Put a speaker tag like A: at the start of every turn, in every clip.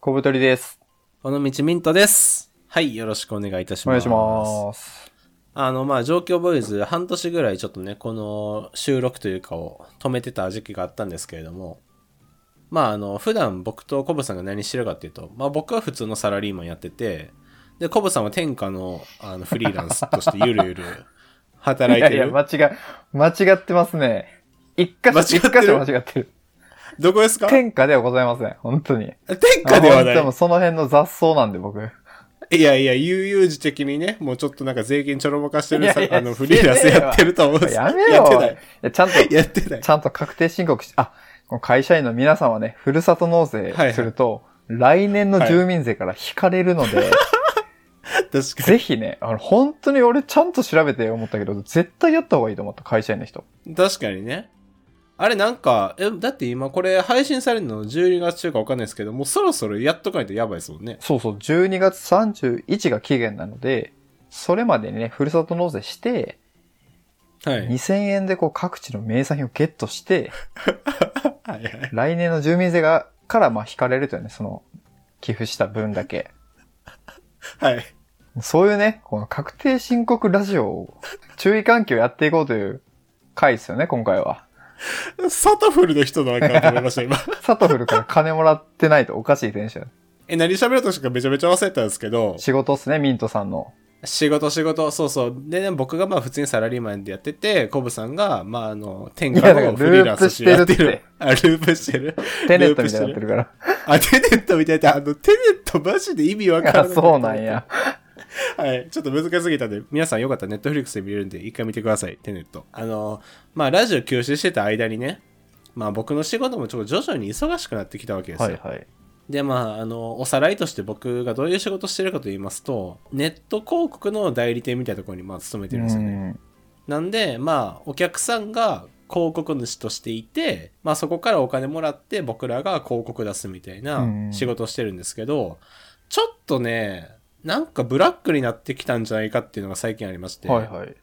A: 小太りです。
B: この道ミントです。はい、よろしくお願いいたし
A: お願
B: ま
A: い
B: す。
A: します。
B: あの、まあ、状況ボーイズ、半年ぐらいちょっとね、この収録というかを止めてた時期があったんですけれども、まあ、あの、普段僕とコブさんが何してるかっていうと、まあ、僕は普通のサラリーマンやってて、で、コブさんは天下の、あの、フリーランスとしてゆるゆ る働
A: い
B: い
A: や
B: て
A: い
B: る。
A: や、間違、間違ってますね。一箇所、
B: 間違
A: 一
B: ってる
A: 箇所間違ってる。
B: どこですか天
A: 天下ではございません。本当に。
B: 下では
A: あ本当もう
B: な
A: その辺の雑草なんで、僕。
B: い。いやいや、悠々自適にね、もうちょっとなんか税金ちょろまかしてるさ
A: いやいや
B: あの、フリーランスやってると思うんです
A: やめ
B: や
A: よ
B: っ
A: う。
B: てない。
A: いやちゃんと、
B: やってない
A: ち。ゃんと確定申告し、あ、この会社員の皆さんはね、ふるさと納税すると、来年の住民税から引かれるので、
B: 確かに。
A: ぜひね、あの、本当に俺ちゃんと調べて思ったけど、絶対やった方がいいと思った、会社員の人。
B: 確かにね。あれなんか、え、だって今これ配信されるの12月中かわかんないですけど、もうそろそろやっとかないとやばいですもんね。
A: そうそう、12月31が期限なので、それまでにね、ふるさと納税して、
B: はい。はい
A: 2000円でこう各地の名産品をゲットして、
B: はい。
A: 来年の住民税が、からまあ引かれるというね、その、寄付した分だけ。
B: はい。
A: そういうね、この確定申告ラジオを、注意喚起をやっていこうという回ですよね、今回は。
B: サタフルの人のアカウント思いました、 今。
A: サトフルから金もらってないとおかしいテンション。
B: え、何喋るとしかめちゃめちゃ忘れたんですけど、
A: 仕事っすね、ミントさんの。
B: 仕事仕事、そうそう。でね、僕がまあ普通にサラリーマンでやってて、コブさんが、まああの、天
A: いや
B: 下
A: だから
B: のフリーランスとしてやってる。
A: ループしてるって
B: あ、ルー
A: テネット
B: プしてる。
A: みたいになってるから。
B: あ、テネットみたいな、あの、テネットマジで意味わから
A: あ
B: ない。
A: そうなんや。。
B: はい。ちょっと難しすぎたんで、皆さんよかったらネットフリックスで見れるんで、一回見てください、テネット。あの、まあ、ラジオ休止してた間にね、まあ、僕の仕事もちょっと徐々に忙しくなってきたわけですよ。
A: はいはい。
B: で、まあ、あの、おさらいとして僕がどういう仕事してるかと言いますと、ネット広告の代理店みたいなところに、まあ、勤めてるんですよね。
A: うん
B: なんで、まあ、お客さんが広告主としていて、まあ、そこからお金もらって僕らが広告出すみたい
A: うん
B: な仕事をしてるんですけど、ちょっとね、なんかブラックになってきたんじゃないかっていうのが最近ありまして、
A: はいはい。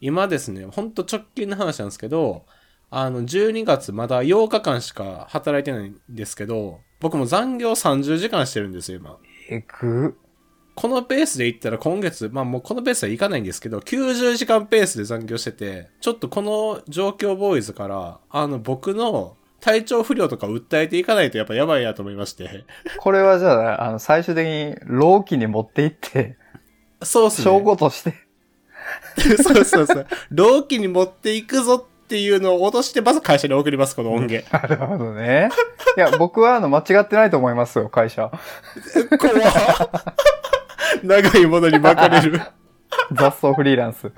B: 今ですね、ほんと直近の話なんですけど、あの、12月まだ8日間しか働いてないんですけど、僕も残業30時間してるんですよ、今。
A: えぐ
B: このペースでいったら今月、まあもうこのペースはいかないんですけど、90時間ペースで残業してて、ちょっとこの状況ボーイズから、あの僕の体調不良とか訴えていかないとやっぱやばいなと思いまして。
A: これはじゃあ、あの、最終的に、老期に持っていって、
B: そうっすね。
A: 証拠として、
B: そうそうそう。老期に持っていくぞっていうのを落として、まず会社に送ります、この音源。
A: なるほどね。いや、僕は、あの、間違ってないと思いますよ、会 社。
B: 怖っ 長いものに巻かれる。
A: 雑草フリーランス。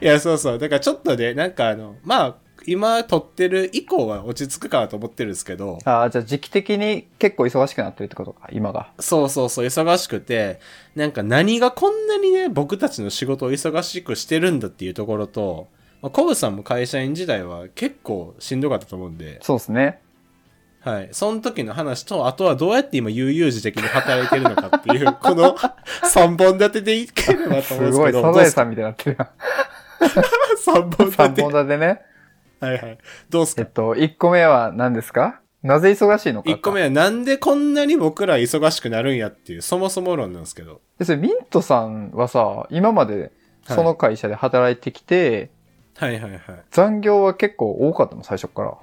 B: いや、そうそう。だからちょっとね、なんかあの、まあ、今撮ってる以降は落ち着くかなと思ってるんですけど、
A: ああ、じゃあ、時期的に結構忙しくなってるってことか、今が。
B: そうそうそう、忙しくて、なんか何がこんなにね、僕たちの仕事を忙しくしてるんだっていうところと、まあ、コブさんも会社員時代は結構しんどかったと思うんで、
A: そうですね。
B: はい。その時の話と、あとはどうやって今悠々自適に働いてるのかっ ていう、この3本立てでいければと思うん
A: す
B: です
A: ご
B: け
A: い、
B: ど。
A: サザエさ
B: ん。
A: んみたいになってるや
B: 3本
A: ん。
B: 立
A: 3
B: て。
A: 本立てね。
B: はいはい。どうす
A: えっ
B: か
A: と、1個目は何ですかなぜ忙しいのか。
B: 1個目はなんでこんなに僕ら忙しくなるんやっていう、そもそも論なんですけど。
A: で。それミントさんはさ、今まで、その会社で働いてきて、
B: はいはいはい。
A: 残業は結構多かったの、最初から。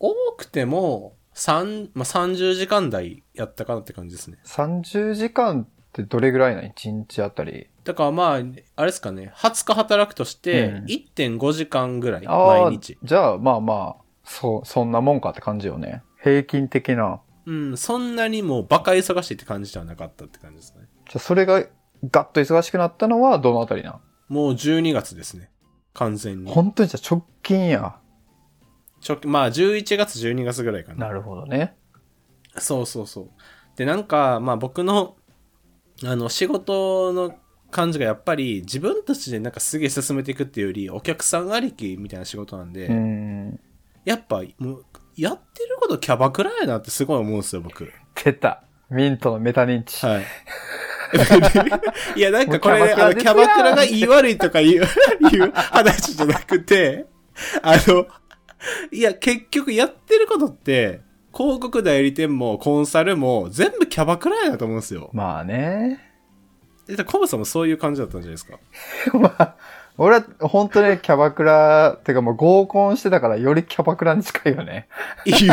B: 多くても、三、まあ、30時間台やったかなって感じですね。
A: 30時間ってどれぐらいなん ?1 日あたり。
B: だからまあ、あれですかね、20日働くとして
A: うん、
B: 1.5時間ぐらい、
A: ああ
B: 毎日。、
A: じゃあまあまあ、そう、そんなもんかって感じよね。平均的な。
B: うん、そんなにもうバカ忙しいって感じではなかったって感じですね。
A: じゃあそれがガッと忙しくなったのはどのあたりなん
B: もう12月ですね。完全に。
A: 本当にじゃあ直近や。
B: 直まあ、11月、12月ぐらいかな。
A: るほどね。
B: そうそうそう。で、なんか、まあ僕の、あの、仕事の感じがやっぱり自分たちでなんかすげえ進めていくっていうより、お客さんありきみたいな仕事なんで、
A: うん。
B: やっぱもうやってることキャバクラやなってすごい思うんですよ僕
A: 出た。ミントのメタ認知。
B: はいいやなんかこ
A: もう
B: れ
A: キ
B: キ
A: ャバクラ
B: ャ
A: です
B: キ
A: やん
B: ャバクラが言い悪いとかいう いう話じゃなくてあのいや結局やってることって広告代理店もコンサルも全部キャバクラやなと思うんですよ。
A: まあね。
B: えっと、コブさんもそういう感じだったんじゃないですか。
A: まあ、俺は本当にキャバクラ、てかもう合コンしてたからよりキャバクラに近いよね。
B: より、よ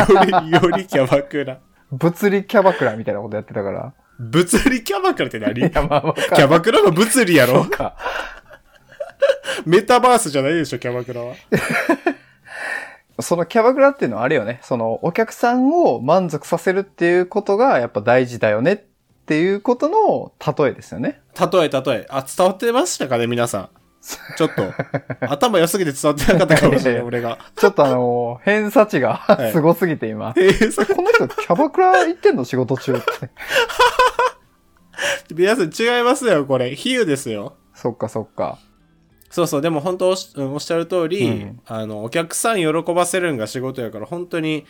B: りキャバクラ。
A: 物理キャバクラみたいなことやってたから。
B: 物理キャバクラって何キ
A: いや、まあわかる
B: ャバクラの物理や
A: そ
B: ろ
A: うか
B: メタバースじゃないでしょ、キャバクラは。
A: そのキャバクラっていうのはあれよね。そのお客さんを満足させるっていうことがやっぱ大事だよねっていうことの例えですよね。
B: 例え例え。あ、伝わってましたかね、皆さん。ちょっと。頭良すぎて伝わってなかったかもしれ
A: いやい
B: ない、
A: や
B: 俺が。
A: ちょっとあ の、偏差値が
B: はい
A: すごすぎて今。
B: えー、そ
A: この人キャバクラ行ってんの仕事中って。
B: 皆さん違いますよ、これ。比喩ですよ。
A: そっかそっか。
B: そうそう、でも本当おしうんおっしゃる通り、
A: うん
B: あの、お客さん喜ばせるんが仕事やから、本当に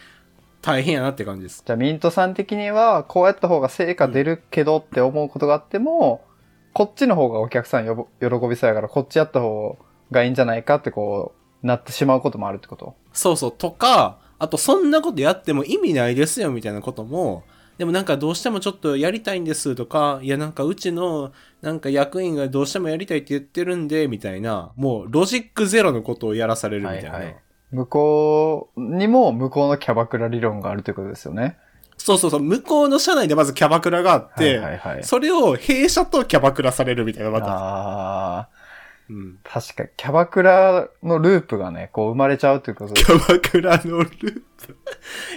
B: 大変やなって感じです。
A: じゃあミントさん的にはこうやった方が成果出るけどって思うことがあっても、こっちの方がお客さんよぼ喜びそうやからこっちやった方がいいんじゃないかってこうなってしまうこともあるってこと
B: そうそう、とか、あと、そんなことやっても意味ないですよ、みたいなことも、でもなんかどうしてもちょっとやりたいんですとか、いやなんかうちのなんか役員がどうしてもやりたいって言ってるんで、みたいな、もうロジックゼロのことをやらされるみたいな。
A: はいはい向こうにも向こうのキャバクラ理論があるということですよね。
B: そうそうそう、向こうの社内でまずキャバクラがあって、
A: はいはいはい。
B: それを弊社とキャバクラされるみたいな、また。
A: ああ、
B: うん
A: 確かにキャバクラのループがね、こう生まれちゃうということで
B: キ。ャバクラのループ。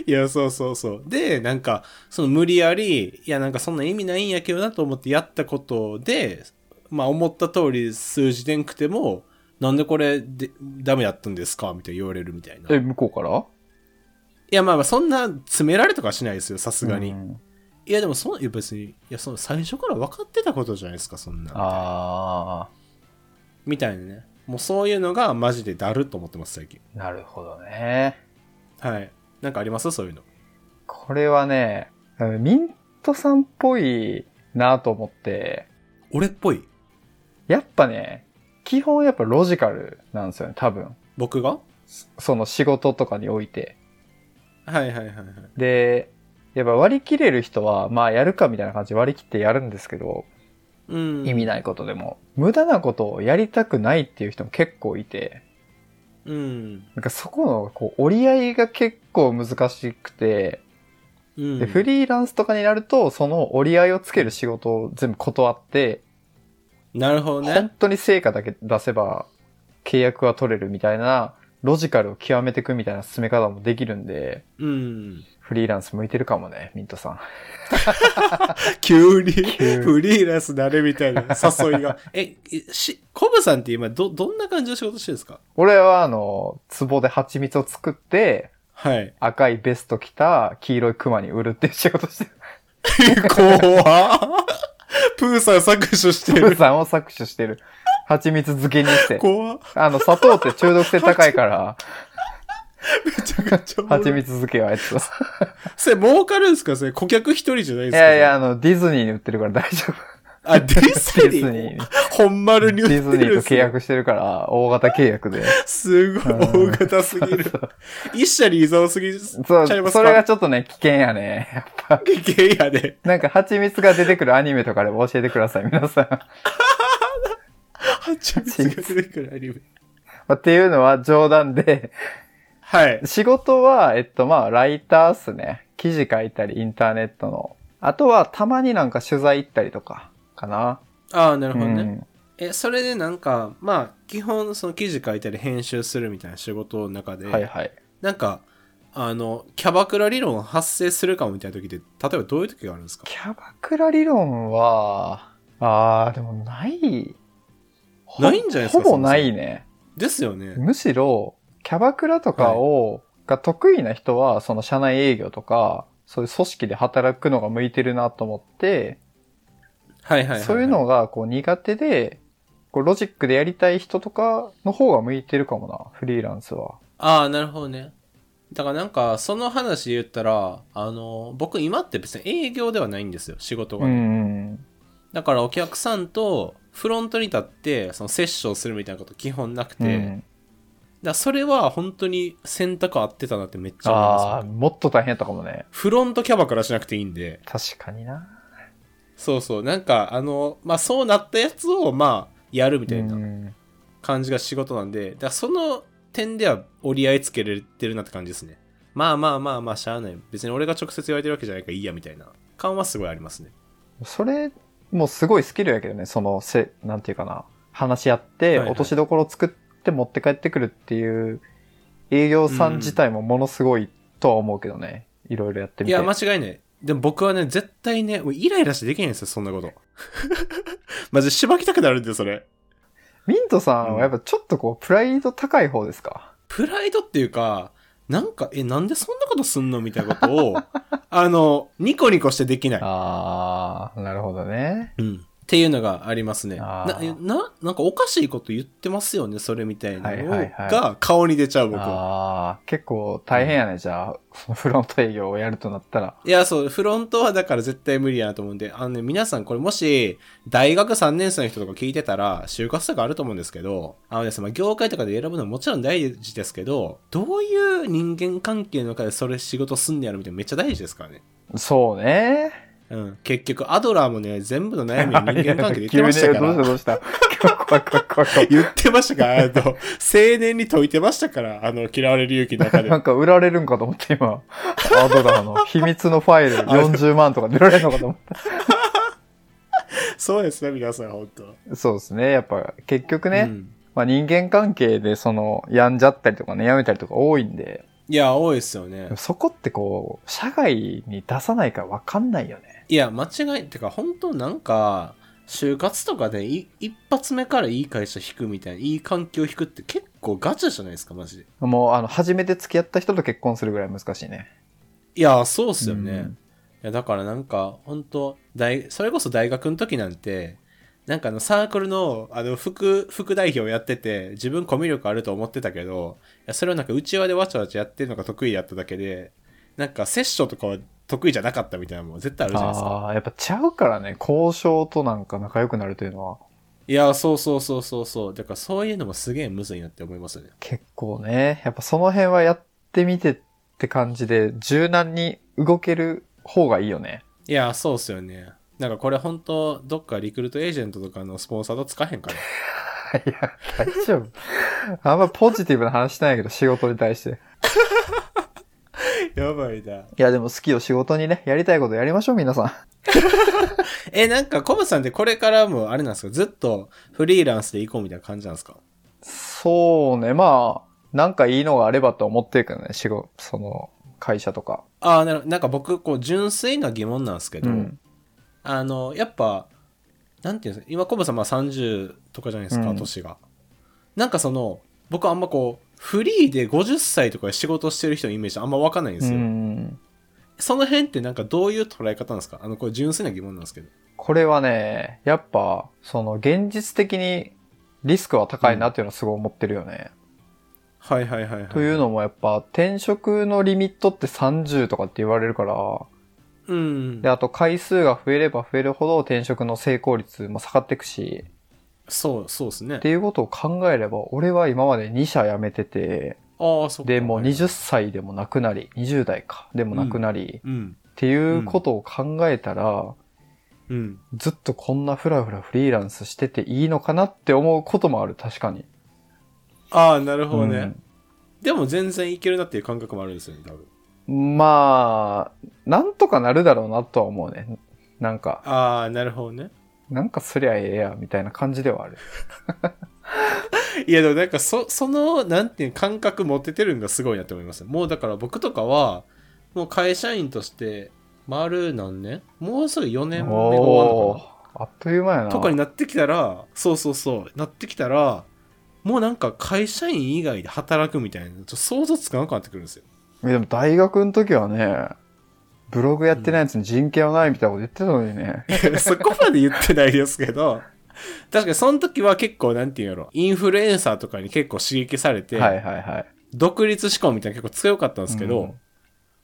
B: いや、そうそうそう。で、なんか、その無理やり、いや、なんかそんな意味ないんやけどなと思ってやったことで、まあ思った通り数字でんくても、なんでこれでダメやったんですかみたいな言われるみたいな。
A: え、
B: い
A: 向こうから
B: や、まあまあそんな詰められとかはしないですよ、さすがに。
A: うん
B: いや、でもそんいや別に、いや、その最初から分かってたことじゃないですか、そんな。
A: あ
B: みたいなね。もうそういうのがマジでだるっと思ってます、最近。
A: あ、なるほどね。
B: はい。なんかありますそういうの。
A: これはね、ミントさんっぽいなと思って、
B: 俺っぽい
A: やっぱね、基本やっぱロジカルなんですよね、多分。
B: 僕が
A: その仕事とかにおいて。
B: はいはいはいはい。
A: で、やっぱ割り切れる人は、まあやるかみたいな感じで割り切ってやるんですけど、
B: うん、
A: 意味ないことでも。無駄なことをやりたくないっていう人も結構いて、
B: うん、
A: なんかそこのこう折り合いが結構難しくて、
B: うん、
A: で、フリーランスとかになると、その折り合いをつける仕事を全部断って、
B: なるほど
A: 本
B: ね
A: 当に成果だけ出せば契約は取れるみたいな、ロジカルを極めていくみたいな進め方もできるんで、
B: うん
A: フリーランス向いてるかもね、ミントさん。
B: 急 に
A: 急
B: フリーランスなれみたいな誘いがえしコブさんって今どどんな感じの仕事してるんですか
A: 俺はあの、壺で蜂蜜を作って、
B: はい
A: 赤いベスト着た黄色いクマに売るっていう仕事 してる。
B: 怖っプーさん搾取して
A: プー
B: る
A: さんを搾取してる。蜂蜜漬けにして。
B: 怖っ
A: あの、砂糖って中毒性高い から、
B: めちゃくちゃおもろい
A: 蜂蜜漬けはやってた。
B: それ儲かるんですかそれ顧客一人じゃないで
A: い
B: すか
A: やいや、あの、ディズニーに売ってるから大丈夫。
B: あ ディズニ
A: ディズ
B: ー
A: ニーに。
B: 本丸
A: デ
B: に売って
A: ィ
B: る
A: ズニー
B: ん
A: と
B: ですね
A: 契約してるから、大型契約で。
B: すごい大型すぎる一社に依存すぎち
A: そ
B: ゃいま
A: う、
B: すか
A: それがちょっとね、危険やね。やっぱ。
B: 危険やで
A: なんか、蜂蜜が出てくるアニメとかでも教えてください、皆さん。
B: 蜂蜜が出てくるアニメ。
A: まあっていうのは冗談で、
B: はい。
A: 仕事は、えっと、まあ、ライターっすね。記事書いたり、インターネットの。あとは、たまになんか取材行ったりとか、かな。
B: ああ、なるほどね。
A: うん
B: え、それでなんか、まあ、基本、その記事書いたり編集するみたいな仕事の中で、
A: はいはい。
B: なんか、あの、キャバクラ理論発生するかもみたいな時で、例えばどういう時があるんですか
A: キャバクラ理論は、あー、でもない。ほ
B: ないんじゃないですか
A: ほぼないね。
B: ですよね。
A: むしろ、キャバクラとかを、が得意な人は、その社内営業とか、そういう組織で働くのが向いてるなと思って、
B: はいはいはい、
A: そういうのがこう苦手で、こうロジックでやりたい人とかの方が向いてるかもな、フリーランスは。
B: ああ、なるほどね。だからなんか、その話で言ったら、あの、僕今って別に営業ではないんですよ、仕事が
A: う
B: ね。
A: ん。
B: だからお客さんとフロントに立って、そのセッションするみたいなこと基本なくて、
A: うん。
B: からそれは本当に選択合ってたなってめっちゃ思い
A: ああ
B: ます
A: ー、もっと大変やったかもね。
B: フロントキャバからしなくていいんで
A: 確かにな。
B: そうそうなんかあのまあそうなったやつをまあやるみ
A: う。
B: たいなん感じが仕事なんでだからその点では折り合いつけれてるなって感じですねまあまあまあまあしゃあない別に俺が直接言われてるわけじゃないからいいやみたいな感はすごいありますね
A: それ、もうすごいスキルやけどね、その、せ、なんていうかな。話し合っ
B: い
A: て、
B: はい
A: 落としどころ作って持って帰ってくるっていう営業さん自体もものすごいとは思うけどね。いろいろやってみ
B: い
A: て。
B: や間違いないでも僕はね絶対ねもうイライラしてできないんですよそんなこと マジしばきたくなるんでそれ
A: ミントさんはやっぱちょっとこう、プライド高い方ですか
B: プライドっていうか、なんか、え、なんでそんなことすんのみたいなことを、 あの、ニコニコしてできない。
A: ああ、なるほどね。
B: うん。っていうのがありますね。
A: あ
B: な
A: ー、
B: な、なんかおかしいこと言ってますよね、それみたいなの
A: はいはいはい
B: が顔に出ちゃう僕は。
A: ああ、結構大変やね、じゃあ、 そのフロント営業をやるとなったら。
B: いや、そう、フロントはだから絶対無理やなと思うんで、あのね、皆さんこれもし、大学3年生の人とか聞いてたら、就活とかあると思うんですけど、あのですね、まあ業界とかで選ぶのはもちろん大事ですけど、どういう人間関係の中でそれ仕事すんねやろみたいなめっちゃ大事ですからね。
A: そうね。
B: うん、結局、アドラーもね、全部の悩みは人 間関係で言ってまし
A: 急
B: た
A: に
B: か
A: どうした
B: ら。
A: どうした怖い怖い怖い 怖い怖い
B: 言ってましたから、あの、青年に解いてましたから、あの、嫌われる勇気の中で
A: な。んか売られるんかと思って今、アドラーの秘密のファイル40万とかで売られるのかと思っ
B: そうですね、皆さん、本当
A: た。そうですね。やっぱ結局ね、
B: うん
A: まあ人間関係でその、病んじゃったりとかね、やめたりとか多いんで、
B: いや、多いですよね
A: でも。そこってこう、社外に出さないからわかんないよね。
B: いや、間違い、てか、本当なんか、就活とかで、い一発目からいい会社引くみたいな、いい環境引くって結構ガチじゃないですか、マジで。
A: もう、あの、初めて付き合った人と結婚するぐらい難しいね。
B: いや、そうっすよね。
A: うん
B: いや、だからなんか、本当大、それこそ大学の時なんて、なんかあのサークルのあの副副代表やってて自分コミュ力あると思ってたけどいやそれをなんか内輪でわちゃわちゃやってるのが得意やっただけでなんかセッションとかは得意じゃなかったみたいなのも絶対あるじゃないですか
A: ああ、やっぱちゃうからね、交渉となんか仲良くなるというのは、
B: いやそうそうそうそうそうだからそういうのもすげえむずいなって思いますよね
A: 結構ね、やっぱその辺はやってみてって感じで、柔軟に動ける方がいいよ ね。
B: いやそうっすよねなんかこれ本当どっかリクルートエージェントとかのスポンサーとつかへんから
A: いや、大丈夫。 あんまポジティブな話してないけど、仕事に対して。
B: やばいない
A: や、でも好きを仕事にね、やりたいことやりましょう、皆さん。
B: え、なんか、コブさんってこれからもあれなんですかずっとフリーランスで行こうみたいな感じなんですか
A: そうね、まあ、なんかいいのがあればと思ってるけどね、仕事、その、会社とか。
B: ああ、なるほどなんか僕、こう、純粋な疑問なんですけど、
A: うん
B: あの、やっぱ、なんていうんですか、今、コブさんまあ30とかじゃないですか、
A: うん
B: 年が。なんかその、僕あんまこう、フリーで50歳とかで仕事してる人のイメージあんまわかんないんで
A: う
B: すよ。
A: ん。
B: その辺ってなんかどういう捉え方なんですかあの、これ純粋な疑問なんですけど。
A: これはね、やっぱ、その、現実的にリスクは高いなっていうのはすごい思ってるよね。
B: はいはいはいはい。
A: というのもやっぱ転職のリミットって30とかって言われるから、
B: うん
A: で、。あと回数が増えれば増えるほど転職の成功率も下がっていくし、
B: そう、そうですね
A: って。いうことを考えれば、俺は今まで2社辞めてて、
B: ああ、そっか。
A: で、もう20歳でもなくなり、20代か、でもなくなり、
B: うん。
A: っていうことを考えたら、
B: うん。
A: ずっとこんなフラフラフリーランスしてていいのかなって思うこともある、確かに。
B: ああ、なるほどね。
A: うん
B: でも全然いけるなっていう感覚もあるんですよね、多分。
A: まあ、なんとかなるだろうなとは思うね。なんか、
B: ああ、なるほどね。
A: なんかすりゃええや、みたいな感じではある。
B: いや、でもなんかそ、その、なんていう感覚持ててるんがすごいなって思います。もうだから僕とかは、もう会社員として、丸何年もうすぐ4年目後
A: おーあっという間や
B: なのかな
A: な。
B: とかになってきたら、そうそうそう、なってきたら、もうなんか会社員以外で働くみたいな、ちょっと想像つかなくなってくるんですよ。
A: えでも大学の時はね、ブログやってないやつに人権はないみたいなこと言ってたのにね。
B: そこまで言ってないですけど、確かにその時は結構、なんていうんやろ、インフルエンサーとかに結構刺激されて、
A: はいはいはい。
B: 独立志向みたいなの結構強かったんですけ
A: う
B: ど
A: ん、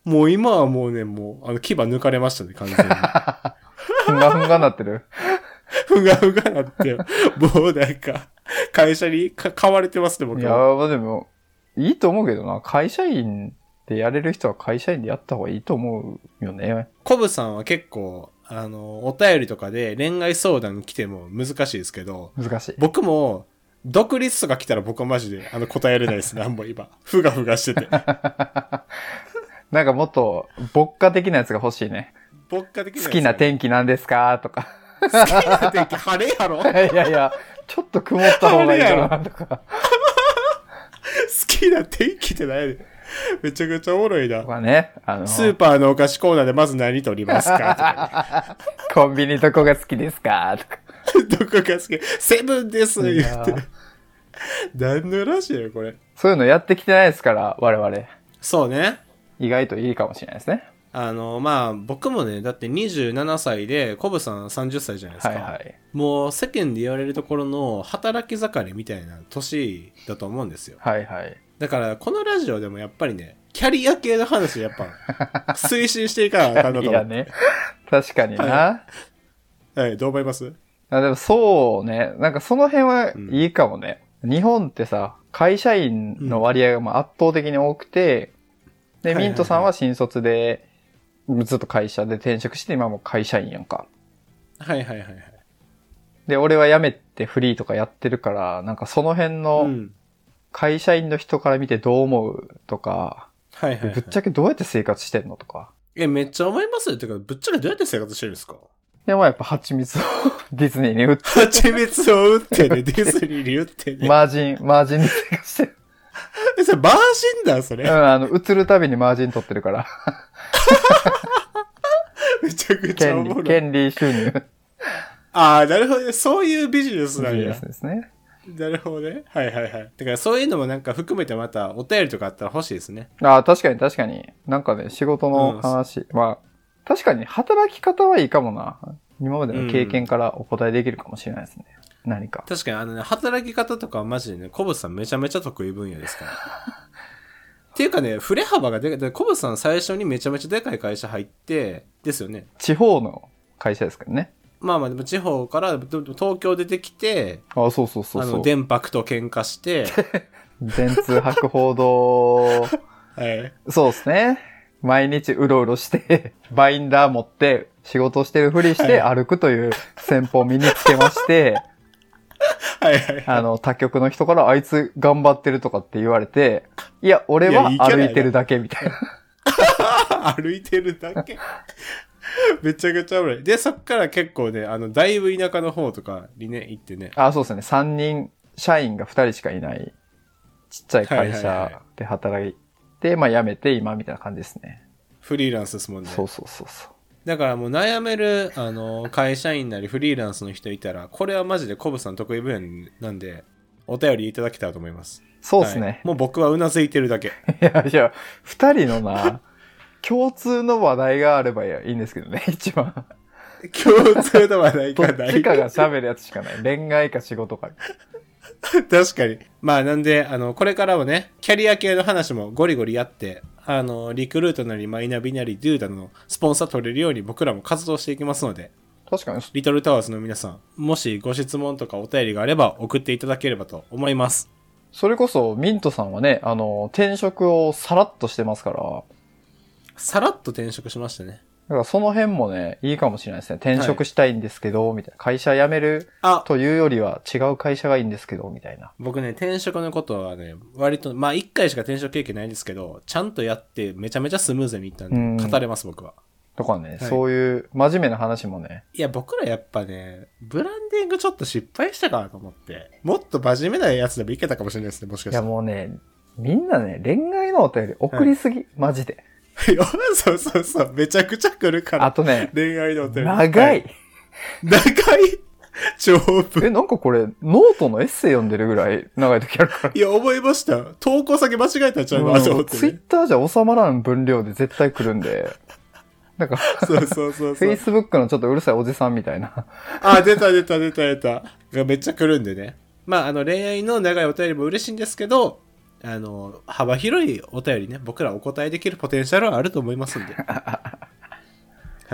B: もう今はもうね、もう、あの、牙抜かれましたね、完全に。
A: ふんがふんがなってる。
B: ふがふがなって、もうなんか、会社にか買われてますね、
A: い
B: 僕
A: や
B: は。
A: ー、まあでも、いいと思うけどな、会社員でやれる人は会社員でやった方がいいと思うよね。
B: コブさんは結構、あの、お便りとかで恋愛相談来ても難しいですけど、
A: 難しい。
B: 僕も、独立とか来たら僕はマジで、あの、答えれないです。なんも今。ふがふがしてて。
A: なんかもっと、牧歌的なやつが欲しいね。
B: 牧歌的
A: 好きな天気なんですかとか。
B: 気。好きな天気、晴れやろ好
A: いやいや、ちょっと曇った方がいいかなとか。
B: きな天気って何やねんめちゃくちゃおもろいな
A: と。かね、あの、
B: スーパーのお菓子コーナーでまず何取りますかとか、
A: コンビニどこが好きですかとか。
B: ね、どこが好きセブンです言っ
A: い
B: て
A: や。
B: 何のらしいよ、これ。
A: そういうのやってきてないですから、我々。
B: そうね。
A: 意外といいかもしれないですね。
B: あの、まあ、僕もね、だって27歳で、コブさん30歳じゃないですか。
A: はいはい。
B: もう世間で言われるところの働き盛りみたいな年だと思うんですよ。
A: はいはい。
B: だから、このラジオでもやっぱりね、キャリア系の話をやっ ぱ、推進していかなあかんなと
A: い
B: 思
A: や
B: う。
A: ね。確かにな。
B: ははい、どう思います
A: あでもそうね。なんかその辺はいいかもね。日本ってさ、会社員の割合がまあ圧倒的に多くて、
B: はい
A: で、
B: はいはい
A: ミントさんは新卒で、ずっと会社で転職して今もう会社員やんか。
B: はいはいはいはい。
A: で、俺は辞めてフリーとかやってるから、なんかその辺
B: う
A: の
B: ん。
A: 会社員の人から見てどう思うとか、
B: はいはい、はい。
A: ぶっちゃけどうやって生活してんのとか。
B: え、めっちゃ思いますよ。てか、ぶっちゃけどうやって生活してるんですか
A: でもやっぱ蜂蜜を ディズニーに売って、
B: 蜂蜜を打ってね、デ ィズニーに打ってね。
A: マージン、マージンで生活 してる。
B: え、それ、バージンだ、それ
A: うん、。あの、映るたびにマージン取ってる から。
B: めちゃくちゃ
A: 権
B: おも
A: 利、
B: ろい。
A: 権利収入。
B: ああ、なるほどね。そういうビジネスなんや。
A: ですね。
B: なるほどね。はいはいはい。だからそういうのもなんか含めてまたお便りとかあったら欲しいですね。
A: ああ、確かに確かに。なんかね、仕事の話。まあ、確かに働き方はいいかもな。今までの経験からお答えできるかもしれないですね。何か。
B: 確かにあのね、働き方とかはマジでね、コブさんめちゃめちゃ得意分野ですから。 っていうかね、振れ幅がでかいだから。コブさん最初にめちゃめちゃでかい会社入って、ですよね。
A: 地方の会社ですけどね。
B: まあまあでも地方からでも東京出てきて、
A: ああ、そうそうそう
B: あ
A: そ
B: の、
A: う。
B: 電白と喧 嘩して、
A: 全通博報堂。
B: はい。
A: そうですね。毎日うろうろして、 バインダー持って、仕事してるふりして
B: は
A: 歩くという戦法を身につけまして、
B: はい はい。
A: あの、他局の人からあいつ頑張ってるとかって言われて、いや、俺はい
B: やいけない
A: 歩
B: ない
A: てるだけみたい な。
B: 歩いてるだけ。めちゃくちゃおもろい。で、そっから結構ね、あの、だいぶ田舎の方とかにね、行ってね。
A: あ、そうですね。3人、社員が2人しかいない、ちっちゃい会
B: はいはいは
A: 社で働いて、まあ辞めて今みたいな感じですね。
B: フリーランスですもんね。
A: そうそうそうそう。
B: だからもう悩める、あの、会社員なりフリーランスの人いたら、これはマジでコブさん得意分野なんで、お便りいただけたらと思います。
A: そうですね。
B: はいもう僕はうなずいてるだけ。
A: い、や、いや、2人のな、共通の話題があればいいんですけどね、 一番。
B: 共通の話題
A: どっ
B: がない。
A: ちかが喋るやつしかない。恋愛か仕事か。
B: 確かに。まあなんで、あの、これからもね、キャリア系の話もゴリゴリやって、あの、リクルートなりマイナビなりデューダのスポンサー取れるように僕らも活動していきますので、
A: 確かに。
B: リトルタワーズの皆さん、もしご質問とかお便りがあれば送っていただければと思います。
A: それこそ、ミントさんはね、あの、転職をさらっとしてますから、
B: さらっと転職しましたね。
A: だからその辺もね、いいかもしれないですね。転職したいんですけど、みたいな。会社辞める
B: あ、
A: というよりは違う会社がいいんですけど、みたいな。
B: 僕ね、転職のことはね、割と、まあ一回しか転職経験ないんですけど、ちゃんとやってめちゃめちゃスムーズにいった
A: うんん
B: で、語れます僕は。
A: とかね、
B: い
A: そういう真面目な話もね。
B: いや、僕らやっぱね、ブランディングちょっと失敗したかなと思って、もっと真面目なやつでもいけたかもしれないですね、もしか
A: い
B: し
A: や
B: たら。
A: もうね、みんなね、恋愛のお便り送りすぎ、マジで。
B: いや、そうそうそう、めちゃくちゃ来るか
A: あ
B: ら。、
A: とね
B: 恋愛のお便り
A: 長。
B: はい長い長文。
A: え、なんかこれ、ノートのエッセイ読んでるぐらい長い時あるから。
B: いや、思いました。投稿先間違えたんちゃうかなと思
A: も
B: っ
A: う
B: て、
A: ツイ
B: ね
A: ッ。ターじゃ収まらん分量で絶対来るんで。なんか、
B: そうそうそうそう。
A: Facebook のちょっとうるさいおじさんみたい な。
B: あ、出た出た出た出た。がめっちゃ来るんでね。まあ、あの、恋愛の長いお便りも嬉しいんですけど、あの、幅広いお便りね、僕らお答えできるポテンシャルはあると思いますんで。は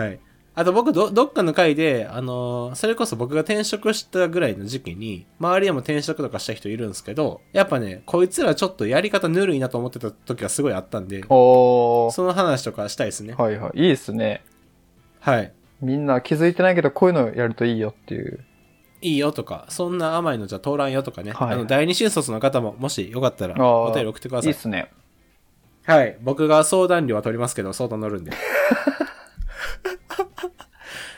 B: い。あと僕ど、どっかの回で、あのーそれこそ僕が転職したぐらいの時期に、周りでも転職とかした人いるんですけど、やっぱね、こいつらちょっとやり方ぬるいなと思ってた時がすごいあったんで、
A: おー。
B: その話とかしたいですね。
A: はいはい。いいですね。
B: はい。
A: みんな気づいてないけど、こういうのやるといいよっていう。
B: いいよとか、そんな甘いのじゃ通らんよとかね、
A: はい
B: あの第二新卒の方も、もしよかった
A: あ
B: ら、
A: ー
B: お便り送ってくだ
A: い
B: さ
A: い
B: い。
A: っすね。
B: はい。僕が相談料は取りますけど、相談乗るんで。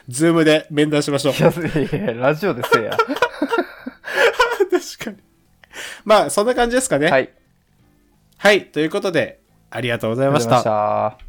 B: ズームで面談しましょう。
A: いや、いやラジオでせえや。
B: 確かに。 まあ、そんな感じですかね。。
A: はいい。
B: はい。ということで、ありがとうございました。
A: た。